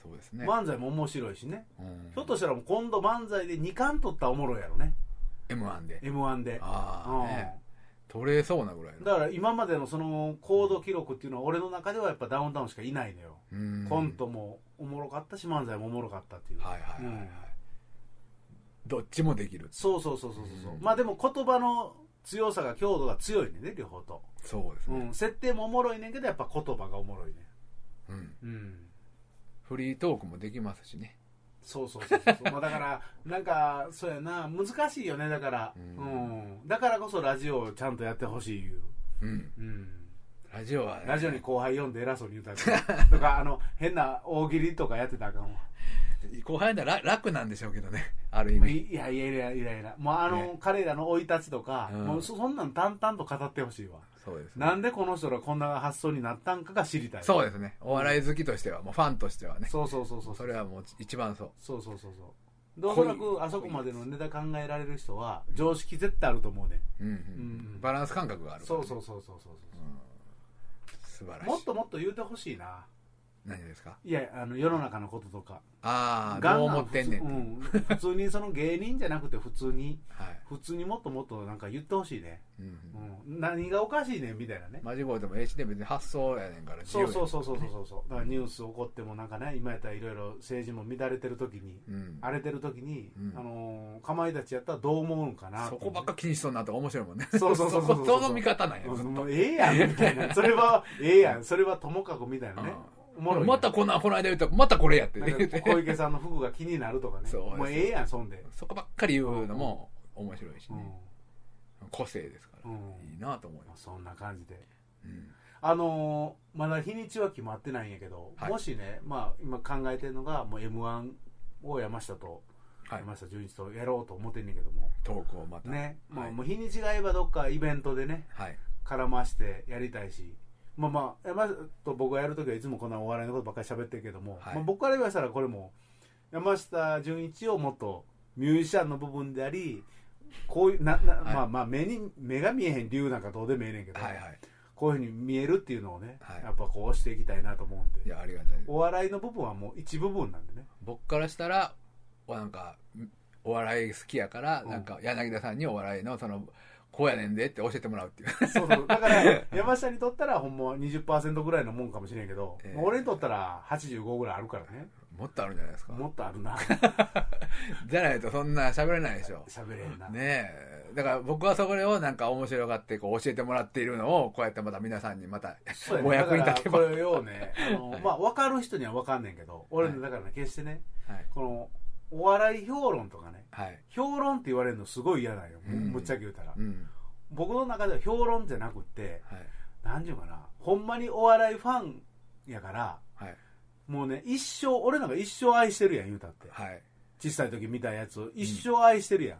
そうですね漫才も面白いしねうんひょっとしたらもう今度漫才で2冠取ったらおもろいやろね M1 で m 1で、ああね取れそうなぐらいうんのだから今までのその行動記録っていうのは俺の中ではやっぱダウンタウンしかいないのよ、うんコントもおもろかったし漫才もおもろかったっていう、はいはいはいはういんどっちもできるそうそうそうそうそう、うんまあでも言葉の強さが強度が強いねんね両方と、そうですうねん、設定もおもろいねんけどやっぱ言葉がおもろいねうんうんフリートークもできますしねそうそうそうそうまあだからなんかそうやな難しいよねだからううんん、だからこそラジオをちゃんとやってほしいいううんうんラジオはねラジオに後輩読んで偉そうに言うたら あかんとかあの変な大喜利とかやってたらあかんわ後輩なら楽なんでしょうけどね ある意味いやいやいやいやいやもうあの、ね彼らの生い立ちとか、うんもうそそんなん淡々と語ってほしいわ、そうですねなんでこの人がこんな発想になったんかが知りたいそううですね。お笑い好きとしては、もうファンとしてはね。そうそうそうそうそれはもう一番そう。そうそうそうそうでおそら濃いくあそこまでのネタ考えられる人は常識絶対あると思うね、うんうんうんバランス感覚があるからそね、うそうそうそうそうう、ん素晴らしうい。もっともっと言うてほしいな何ですかいやあの世の中のこととかああ、ガンどうガン思ってんねんって普通ういう、ん、普通にその芸人じゃなくて普通にはい。普通にもっともっとなんか言ってほしいね、うん。うん、何がおかしいねんみたいなねマジボイでもええしね、別に発想やねんから、。そうそううそうそうそうそうそうだからニュース起こってもなんかね今やったらいろいろ政治も乱れてる時にうん。荒れてる時に、うんあのーかまいたちやったらどう思うんかなそこばっか気にしそうになったら面白いもんね。そうそうそうそうそこその見方なんや、うずっんともうええやんみたいなそれはええやんそれはともかくみたいなねおもろいやんまたこの、この間言ったら、またこれやってなんか小池さんの服が気になるとかねそうですもうええやんそんで、そこばっかり言うのも面白いしうね。ん個性ですから。うんいいなと思います。そんな感じでうん。あのーまだ日にちは決まってないんやけど、はいもしね、まあ、今考えてるのがもう m 1を山下と、はい。山下純一とやろうと思ってんねんけどもトークをまた。ね、まあはいもう日にちが合えばどっかイベントでねはい。絡ましてやりたいしまあまあ山下と僕がやるときはいつもこんなお笑いのことばっかり喋ってるけども、はいまあ、僕から言わせたらこれも山下純一をもっとミュージシャンの部分でありこういうなな、はいまあまあ目に目が見えへん理由なんかどうでもええねんけど、はいはい。こういうふうに見えるっていうのをね、はいやっぱこうしていきたいなと思うんいでや、ありがたいです。お笑いの部分はもう一部分なんで ね僕からしたら、おなんか、お笑い好きやから、うんなんか、柳田さんにお笑いの、その、こうやねんでって教えてもらうっていう。そうそうだから山下にとったらほんま20%ぐらいのもんかもしれんけど、ええまあ俺にとったら85ぐらいあるからねもっとあるんじゃないですか。もっとあるなじゃないとそんな喋れないでしょ。喋れへんな、ねえ。だから僕はそれをなんか面白がってこう教えてもらっているのをこうやってまた皆さんにまたそうやねおだ役かにら立てば。こはれをねあの、まあ分かる人には分かんねんけど俺ねだからね決してねい。このお笑い評論とかねはい。評論って言われるのすごい嫌なんよ、うんむっちゃけ言うたら、うん。僕の中では評論じゃなくってはい。何ていうかなほんまにお笑いファンやからはい。もうね一生俺なんか一生愛してるやん言うたってはい。小さい時見たやつを一生愛してるや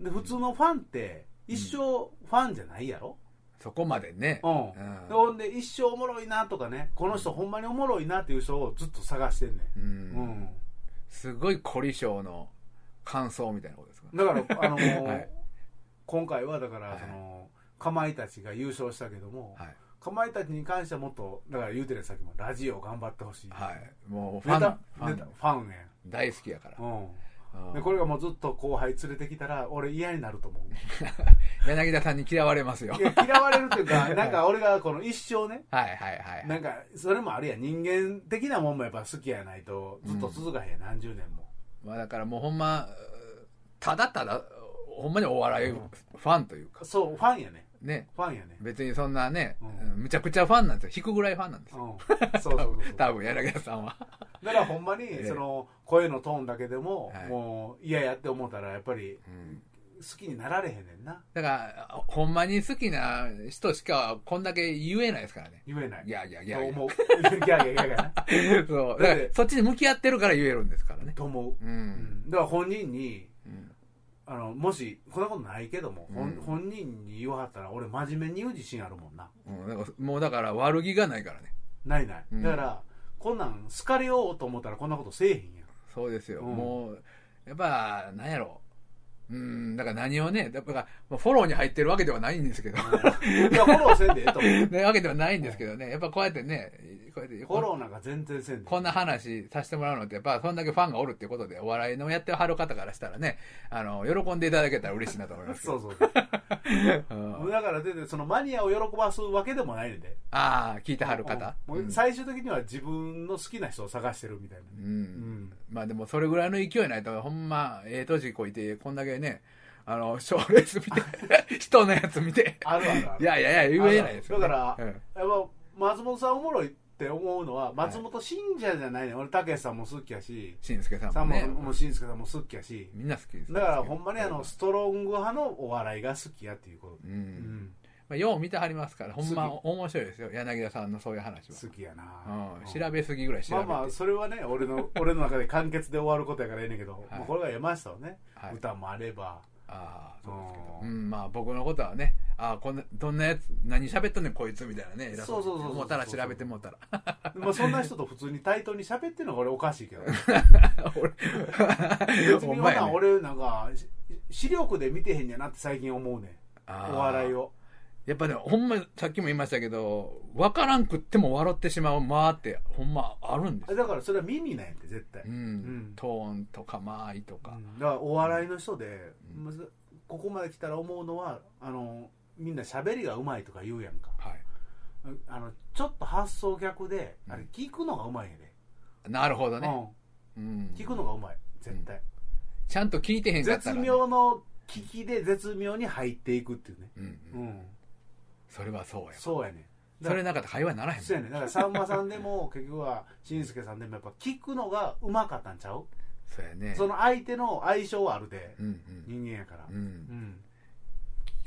ん、で普通のファンって一生ファンじゃないやろ、そこまでね。うんうんでほんで一生おもろいなとかねこの人ほんまにおもろいなっていう人をずっと探してんね、うんうんん。すごい凝り性の感想みたいなことですかだからあのーはい今回はだからはいその、かまいたちが優勝したけども、はい。かまいたちに関してはもっとだから言うてるさっきもラジオ頑張ってほしい、はい。もうフネァン、タファネタン、ファンね、大好きやからう。ん、うんでこれがもうずっと後輩連れてきたら俺嫌になると思う柳田さんに嫌われますよ。 いや嫌われるっていうかなんか俺がこの一生ねはいはいはい。なんかそれもあるやん人間的なもんもやっぱ好きやないとずっと続かへんやん、何十年もまあだからもうほんま、ただただ、ほんまにお笑いファンというか、そうファンやねね。ファンやね別にそんなね、うんむちゃくちゃファンなんですよ。引くぐらいファンなんですうよ。んそうそうそうそうだか 多分、柳田さんは。らほんまにええその声のトーンだけでも、はいもう嫌やって思ったらやっぱりうん好きになられへんねんなだから、ほんまに好きな人しかこんだけ言えないですからね。言えないいやいやいとやいや。思うギャーギャーギャーギャーなそう。だから、そっちに向き合ってるから言えるんですからね。と思う、う。うんん、だから本人にうんあのもしこんなことないけども、ほんうん本人に言わはったら俺真面目に言う自信あるもんなうんだからもうだから悪気がないからね。ないない、うんだからこんなん好かれようと思ったらこんなことせえへんやんそうですよ。うんもう、やっぱ、なんやろう。うん、だから何をね、だから、まあフォローに入ってるわけではないんですけど。いやフォローせんでええと 思うね、わけではないんですけどね。やっぱこうやってね、こうやって、フォローなんか全然せんでええこんな話させてもらうのって、やっぱ、そんだけファンがおるってことで、お笑いのやってはる方からしたらね、あの、喜んでいただけたら嬉しいなと思いますけそど。うそうそううんだから全然そのマニアを喜ばすわけでもないんでああ、聞いてはる方。うんもう最終的には自分の好きな人を探してるみたいな、う。うんん、まあでも、それぐらいの勢いないと、ほんま、ええ年こいて、こんだけね、あの、賞レース見て、 人のやつ見て。あるあるあるいやいやいや、言えないですよね、だからうんやっぱ松本さんおもろいって思うのは松本信者じゃないね、俺たけしさんも好きやししんすけさんさもんね。もしんすけさんも好きやしみんな好きです。だからほんまにあのストロング派のお笑いが好きやっていうこと、う。うんん、まあ、よう見てはりますから、ほんま好面白いですよ、柳田さんのそういう話は。好きやな、うん、調べすぎぐらい調まべあて。まあそれはね俺の俺の中で完結で終わることやからええねんけど、まあこれが山下はね、はい、歌もあればああ、そうですけど。ううんん、まあ僕のことはね、ああ、こんな、どんなやつ、何喋っとんねん、こいつみたいなね。偉にそうそうそうそう思ったら調べて もうたら。まあそんな人と普通に対等に喋ってるのが俺おかしいけ ど俺、別に今な俺なんかし視力で見てへんやなって最近思うねんお笑いを。をやっぱね、ほんま、さっきも言いましたけど、わからんくっても笑ってしまう間って、ほんまあるんですよ。だからそれは耳なんやって絶対、うん。んトーンとか間合いとか。うんだからお笑いの人で、まずここまで来たら思うのはあのみんな喋りがうまいとか言うやんかはい。あのちょっと発想逆で、うんあれ聞くのがうまいんやで、なるほどね。うんうん、聞くのがうまい絶対、ちゃんと聞いてへんかった絶らね、妙の聞きで絶妙に入っていくっていうねうんううん。んそれはそうや。そうやねそれなかったら会話にならへんもんそうやねだからさんまさんでも結局はしんすけさんでもやっぱ聞くのがうまかったんちゃう、そうやね。その相手の相性はあるで、うん人間やからうん。うんう。ん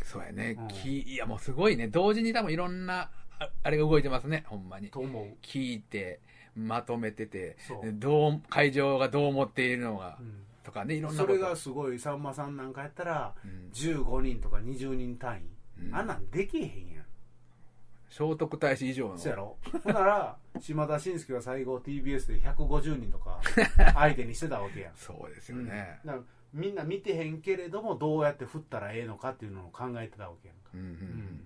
そうやねうん。き、いやもうすごいね。同時に多分いろんな、ああれが動いてますね。ほんまに。と思う聞いて、まとめてて、そう、どう、会場がどう思っているのがう、んとかね、いろんなそこと。れがすごいさんまさんなんかやったらうん、 15人とか20人単位、うんあんなんできへんやん聖徳太子以上の。そうやろほんなら島田紳介は最後 TBS で150人と か相手にしてたわけやんそうですよね。うんだからみんな見てへんけれどもどうやって振ったらええのかっていうのを考えてたわけやんか、うんうんううんん。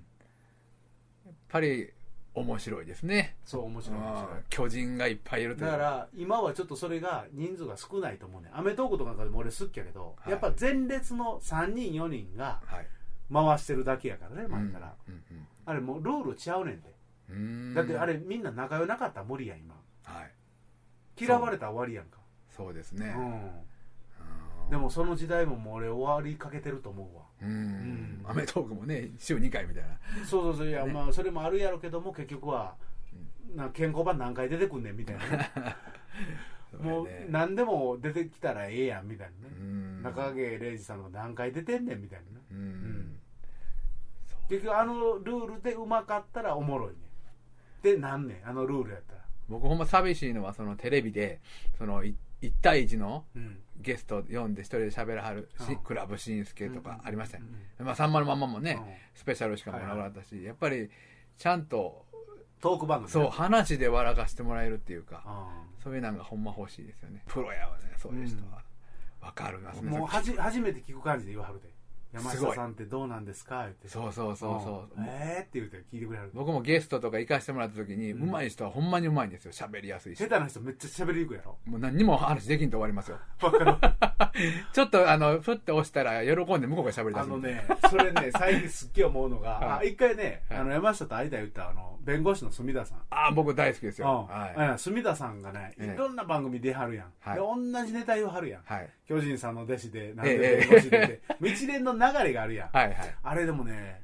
やっぱり、面白いですね。そう面白い面白いうん巨人がいっぱいいるといだうか。ら今はちょっとそれが人数が少ないと思うねんアメトークとかなんかでも俺好きやけど、はいやっぱ前列の3人4人がはい。回してるだけやからね前から、うんあれもうルールちゃうねんでうんうん。だってあれみんな仲良なかったら無理やん今はい。嫌われたら終わりやんかそうですね。ううんんでも、その時代ももう俺終わりかけてると思うわうん。うんアメトークもね、週2回みたいな。そうそうそういや、ねまあそれもあるやろけども結局はな健康版何回出てくんねんみたい な、ね、もうそやね何でも出てきたらええやんみたいなうね、ん中影礼二さんの何回出てんねんみたいなねうんん。結局あのルールでうまかったらおもろいねでなんねんあのルールやったら僕ほんま寂しいのは、そのテレビで、その、い一対一のうんゲスト読んで一人で喋らはるし、うんクラブシンスケとかありましたよう。んまあ、さんまのまんまもね、うんスペシャルしかもらわなかったし、やっぱり、ちゃんと、トーク番組そう、話で笑かしてもらえるっていうか、あそういうなんかほんま欲しいですよね。プロやわね、そういう人は。わ、かるますーね。もうはじ初めて聞く感じで言わはるで山すご下いさんってどうなんですかってそうそうそうそう。んえーって言うて聞いてくれはる僕もゲストとか行かしてもらった時に、ううんまい人はほんまにうまいんですよ。喋りやすいし下。手な人めっちゃ喋りにくいや ろもう何にも話できんと終わりますよ。わかるちょっとあの、ふって押したら喜んで向こうが喋り出すあんでの。ねそれね最近すっげえ思うのがはあい一回ねはいあの山下と会いたい言ったあの弁護士の隅田さんああ、僕大好きですよ。うんはい。うん隅田さんがねええいろんな番組出はるやんはいで同じネタ言わはるやんはい。巨人さんの弟子で、なんえでえ弁護士でって、一連の流れがあるやん。はいはい。あれでもね、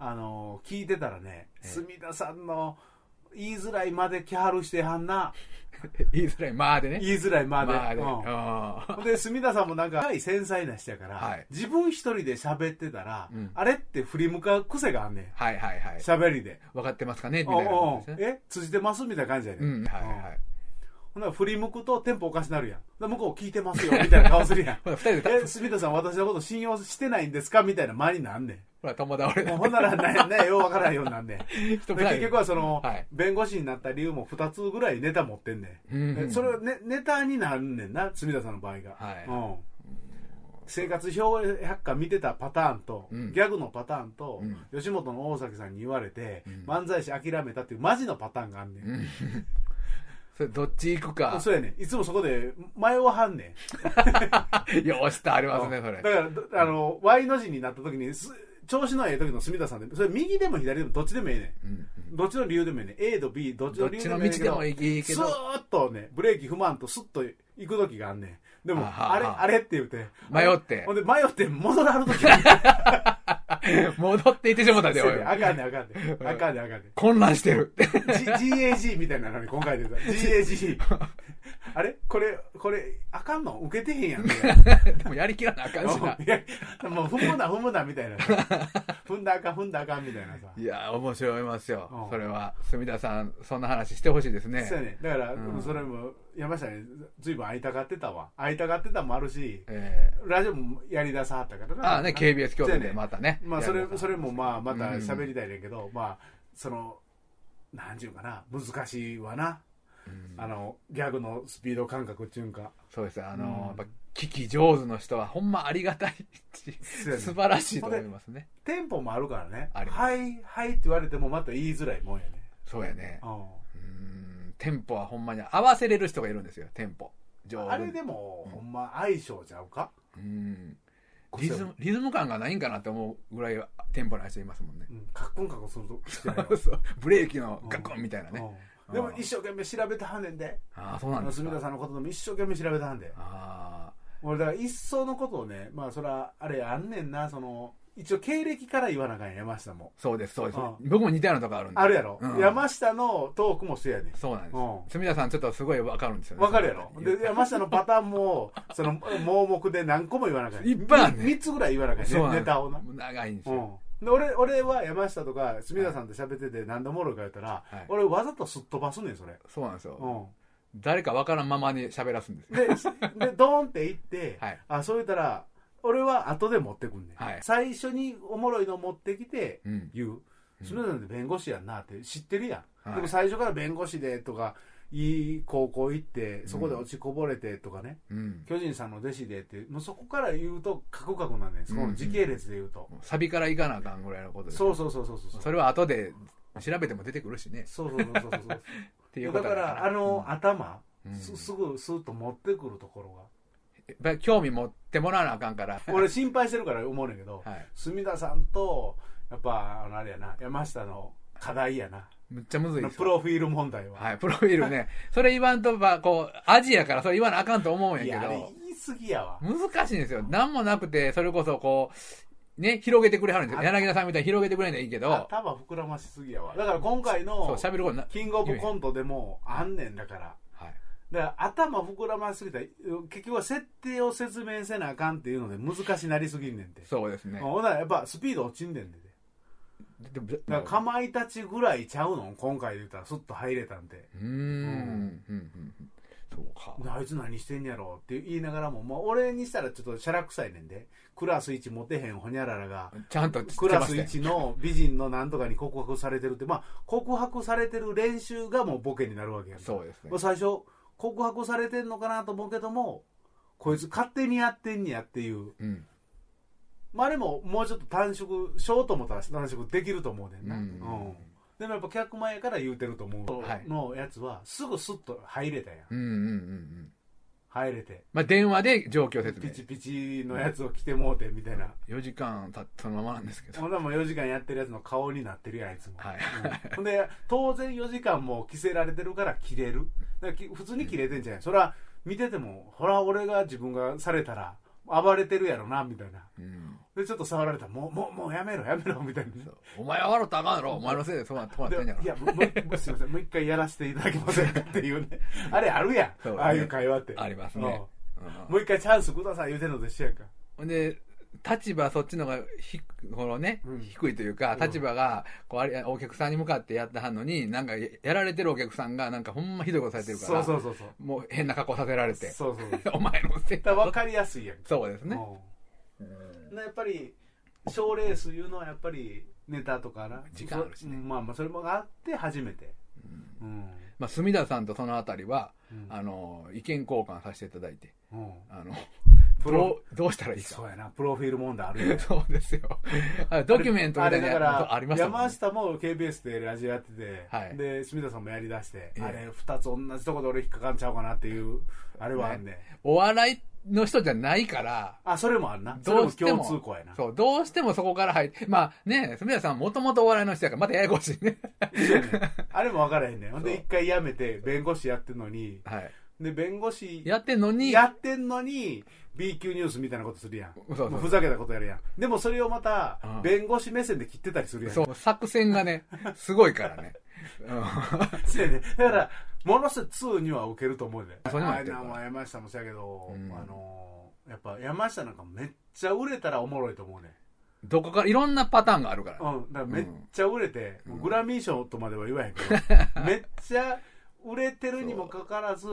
あのー聞いてたらね、ええ隅田さんの言いづらいまで来はるしてはんな、言いづらい。まあでね。言いづらいまで。まあで。ううんほんで、隅田さんもなんか、はい繊細な人やから、はい自分一人で喋ってたら、うんあれって振り向かう癖があんねん。はいはいはい。喋りで。分かってますかねみおたいなうお感じうですね。え通じてますみたいな感じやね、うん。はいはい。。ほんなら振り向くとテンポおかしなるやん。で向こう聞いてますよ、みたいな顔するやん ほら、二人でた、え、隅田さん私のこと信用してないんですかみたいな間になんねん。ほら、友倒れもうだ。ほんならね、ね、ようわからんようになん ねん。人で結局はその、はい弁護士になった理由も2つぐらいネタ持ってんねうんん。うでん。それをね、ネタになんねんな、住田さんの場合が。はいうん生活表百科見てたパターンと、うんギャグのパターンと、うん吉本の大崎さんに言われて、うん漫才師諦めたっていうマジのパターンがあんねん。うん。それどっち行くか。そうやねん。いつもそこで迷わはんねん。よーしとありますね、うんそれ。だから、あの、Y の字になった時に、す調子のええ時の住田さんで、それ右でも左でもどっちでもええねん。うんうんどっちの理由でもいいね A と B どっちどのっ理由ちでのもいいねん道けでどもいいけスどー。ッとねブレーキ踏まんとスッと行く時があんねんでもはあはああれはああれって言うて迷ってほんで迷って戻らはる 時があんねん戻っていってしもたで、せや俺 ねん。あかん ねんあかんねんあかんねんあかんねん混乱し てる。 G- GAG みたいなのに今回出た GAG あれこれこれあかんの受け てへんやんみ たいなでもやりきらなあかんしな。いやもう踏むな踏むなみたいなさ踏んだらあかん踏んだらあかんみたいなさいやー、面白いますうよん。それは。隅田さん、そんな話してほしいですね。そうやねだから、うんそれも山下にずいぶん会いたがってたわ会いたがってたもあるしえラジオもやりださはったからーなああね、KBS 協そう定やでねまたね。まあそれそれも。もまあまた喋りたいねんけど、まあそのなんていうかな難しいわな、うんあのギャグのスピード感覚っていうんかそうです。あのうんー、やっぱ、聞き上手の人は、ほんまありがたいし、そうやね素晴らしいと思いますね。テンポもあるからね「ありますはいはい」って言われてもまた言いづらいもんやねそうやね。ううーん、テンポはほんまに合わせれる人がいるんですよ、テンポ。上ん手あれでも、ほんま相性ちゃうかうん。こリそズム、リズム感がないんかなって思うぐらいテンポの人いますもんねう。ん、カッコンカッコンするとしてないそうそう ブレーキのガクンみたいなね。よ、うんでも一生懸命調べたはんねんでああ、そうなあんのです住か。田さんのことでも一生懸命調べたはんであ俺だから一層のことをねまあそらあれあんねんなその一応経歴から言わなあかんやん山下もあ、そうです、そうですうん。僕も似たようなとこあるんで。あるやろ、うん山下のトークもそうやねんそうなんでうんす。住田さん、ちょっとすごいわかるんですよね。わかるやろそので山下のパターンもその盲目で何個も言わなあかんねんいっぱいあんねんみ三つぐらい言わなあかんねそうなんんですネタをな長いんですうよ。んで俺俺は山下とか住田さんと喋ってて何でおもろいか言ったら、はい俺わざとすっ飛ばすねんそれ、そうなんですよ。うん、誰かわからんままに喋らすんですよ。で、 で、ドーンって行って、はいあ、そう言ったら、俺は後で持ってくんねん、はい最初におもろいの持ってきてうん。言う。うんそれなんで弁護士やんなって知ってるやん。はいでも最初から弁護士でとか、いい高校行って、そこで落ちこぼれてとかね、うん。巨人さんの弟子でって、もうそこから言うとカクカクなんねん。その時系列で言うと。もうサビからいかなあかんぐらいのことです。そうそうそうそうそう。それは後で調べても出てくるしね。そうそうそうそうそうっていうこだとかやら、あの、頭、うんすすぐスーッと持ってくるところが。やっぱり興味持ってもらわなあかんから。俺心配してるから思うねんけど、はい。隅田さんとやっぱあのあれやな山下の課題やなむっちゃむずいですプよロフィール問題は、はい、プロフィールね。それ言わんと、まあ、こう、アジやからそれ言わなあかんと思うんい、ややけあれど、言い過ぎやわ難しいんですよ。なんもなくて、それこそこう、ね、広げてくれはるんですよ。あ柳田さんみたいに広げてくれんでいいけど、頭膨らましすぎやわだから今回そう、の喋ることな、キングオブコントでもあんねんだからはい。だから頭膨らましすぎたら結局は設定を説明せなあかんっていうので難しなりすぎんねんてそうですね。ほんならやっぱスピード落ちんねんでででだからかまいたちぐらいちゃうの今回で言ったらスッと入れたんでうーん、うん、うん。そうか。であいつ何してんやろって言いながらも、まあ、俺にしたらちょっとシャラ臭いねんでクラス1持てへんほにゃららがちゃんと知ってクラまスすね。 1の美人のなんとかに告白されてるってまあ告白されてる練習がもうボケになるわけやんそうですねもう。最初告白されてんのかなと思うけどもこいつ勝手にやってんねやっていううん。まああれももうちょっと短縮しようと思ったら短縮できると思うねんな、うんうんでもやっぱ客前やから言うてると思う、はいのやつはすぐスッと入れたやんうん、うん、うん、うん。入れてまあ、電話で状況説ピ明。チピチのやつを着てもうてみたいな。 4時間経ったままなんですけど。ほんならもう4時間やってるやつの顔になってるやん、あいつも。はい。うんほんで、当然4時間も着せられてるから着れる。だからき普通に着れてんじゃないそれは見てても、ほら、俺が自分がされたら暴れてるやろな、みたいな。うん。で、ちょっと触られたら、もう、もう、もうやめろ、やめろ、みたいな。そうお前は笑ったらあかんやろ。お前のせいでそうなってもらってんやでいろ。や、もう、もうすいません、もう一回やらせていただけません かっていうね。あれあるやん、そうねああいう会話って。ありますねうんうんうん。もう一回チャンスください言うてんのと一緒やんか。ほんで、立場そっちのがひこのね、うん低いというか、うん立場が、こう、あれ、お客さんに向かってやってはんのに、なんか、ややられてるお客さんが、なんかほんまひどいことされてるかそうら、そうそうそう。もう変な格好させられて、そうそうそう。 お前のせいだから分かりやすいやんそうですね。うんやっぱり賞レースいうのはやっぱりネタとかな時間あるしねうんまあまあそれもあって初めてうんまあ、隅田さんとそのあたりは、うんあの、意見交換させていただいて、うんあの、プどロう、どうしたらいいそか。うやなプロフィール問題あるよそうですよ。あドキュメントみあたれいなだかやつらありましたもん山ね。下も KBS でラジオやってて、はいで清田さんもやりだして、ええあれ2つ同じとこで俺引っかかっちゃうかなっていうあれはあんね、お笑いの人じゃないから、あそれもあんなそれどもうしても共通項やなそう、どうしてもそこから入って、まあね、住田さんもともとお笑いの人やから、またややこしいね。そうやね あれも分からへんねんほんでそう一回やめて弁護士やってんのにはい。で弁護士やってんのに、やってんのに B 級ニュースみたいなことするやんそうそうもうふざけたことやるやんでもそれをまたうん弁護士目線で切ってたりするやん、そう、作戦がね、すごいからね。うん。そうやねだからものすごい2には受けると思うでそれもやあってるからも山下もそうやけど、うんあのーやっぱ山下なんかめっちゃ売れたらおもろいと思うねどこから、いろんなパターンがあるから。うんだからめっちゃ売れて、うんグラミー賞とまでは言わへん けどめっちゃ売れてるにもかかわらず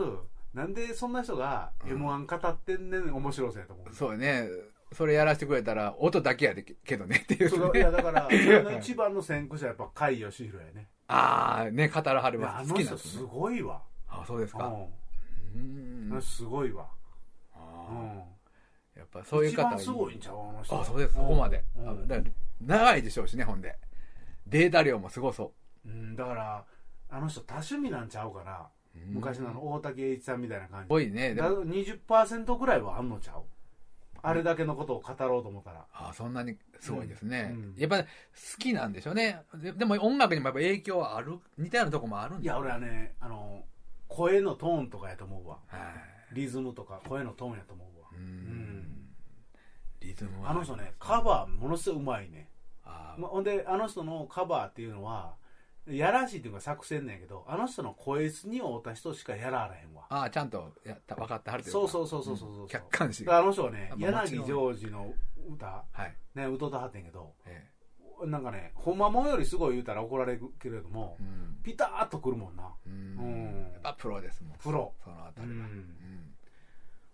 なんでそんな人が m 1語ってんねん面白さやと思う、そうね。それやらせてくれたら、音だけやでけどねっていう、 そういね。やだから、それの一番の先駆者はやっぱ甲斐義弘やね。ああ、ね、語らはりいやまあす。好のきな人んですすね。ごいわ。あそうですうん。か。うあのん人。すごいわ。あうーん。やっぱそういう一方が番すごいんちゃうあの人。あ、そうです。そこまで。うんあだから長いでしょうしね、ほんで。データ量もすごそうん、だから、あの人多趣味なんちゃうから、う。昔のあの大竹栄一さんみたいな感すじ。ごいね。でだも20%ぐらいはあんのちゃうあれだけのことを語ろうと思ったら。ああそんなにすごいですね、うんうんやっぱ好きなんでしょうねででも音楽にもやっぱ影響はある似たようなとこもあるんいでしや、ょう俺はね、あの、声のトーンとかやと思うわ。はいリズムとか声のトーンやと思うわ。うんんリズムはあの人ね、カバーものすごいうまいね。あーま、ほんで、あの人のカバーっていうのは、やらしいっていうか作戦なんやけど、あの人の声質に合うた人しかやらあらへんわ。あーちゃんとやった分かってはるといかそうそうそうそうそうそう。ん客観視だからあの人はねあ、まあも柳ちジろんョージの歌、はい、ね、歌ってはってんけど、えなんかね、ほんまもんよりすごい言うたら怒られるけれどもえ、うんピタッとくるもんな。うんうんやっぱプロですもんプロ。そのあたりは、うんうん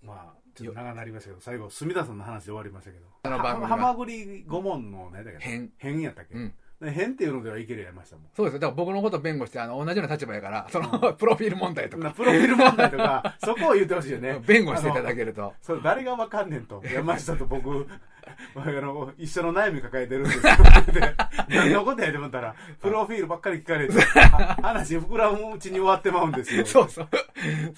まあ、ちょっと長なりましたけど、最後、隅田さんの話で終わりましたけど、この番組はまはぐり五問のね、だけど、変変やったっけ、うんで変っていうのではいけるやりましたもん。そうですよだから僕のこと弁護してあの同じような立場やからその、 プロフィール問題とか、なプロフィール問題とか、そこを言ってほしいよね。 弁護していただけ。けるとそれ誰がわかんねんと。山下と僕、あの、一緒の悩み抱えてるんですよ。 で何のことやと思ったら、プロフィールばっかり聞かれて、あ話膨らむうちに終わってまうんですよ。 そうそう。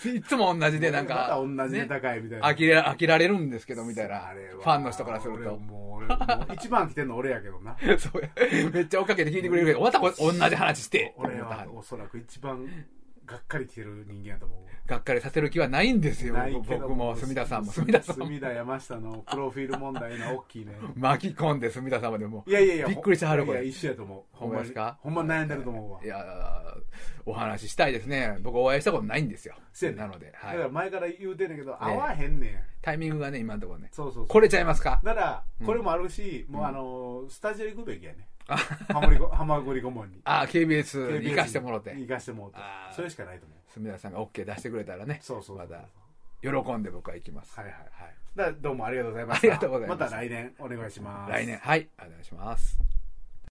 いつも同じで、なんか、また同じネねタかいみたいな。飽きれ飽きられるんですけど、みたいなあれ。はファンの人からする俺と。もう、俺もう一番来てんの俺やけどな。 そう めっちゃ追っかけて聞いてくれるけど、またこれ同じ話して。俺はおそらく一番がっかり来てる人間やと思う。がっかりさせる気はないんですよ。ないけど僕も、墨田さんも、墨田さんも。隅田山下のプロフィール問題の大きいね。巻き込んで墨田さんまでもい。やいやいや、びっくりしたはるこれいやいや一緒やと思う。ほんほんままにですか。ほんま悩んでると思うわい。やーお話ししたいですね。僕お会いしたことないんですよせや。ねなので、だはからい。前から言うてんねんけど、合わへんねん。タイミングがね、今のところね。そうそうそこう。れちゃいますかだから、これもあるし、もうあのー、スタジオ行くべきやね。ハマりご、ハマゴリ顧問に。ああ、KBS に行かせてもろ KBS にて。行かしてもろてあ。ーそれしかないと思う。墨田さんが OK 出してくれたらね。そうそうそう。まだ喜んで僕は行きます。はいはいはいはい。だからどうもありがとうございました。ありがとうございますまた来年お願いします。来年。はい。お願いします。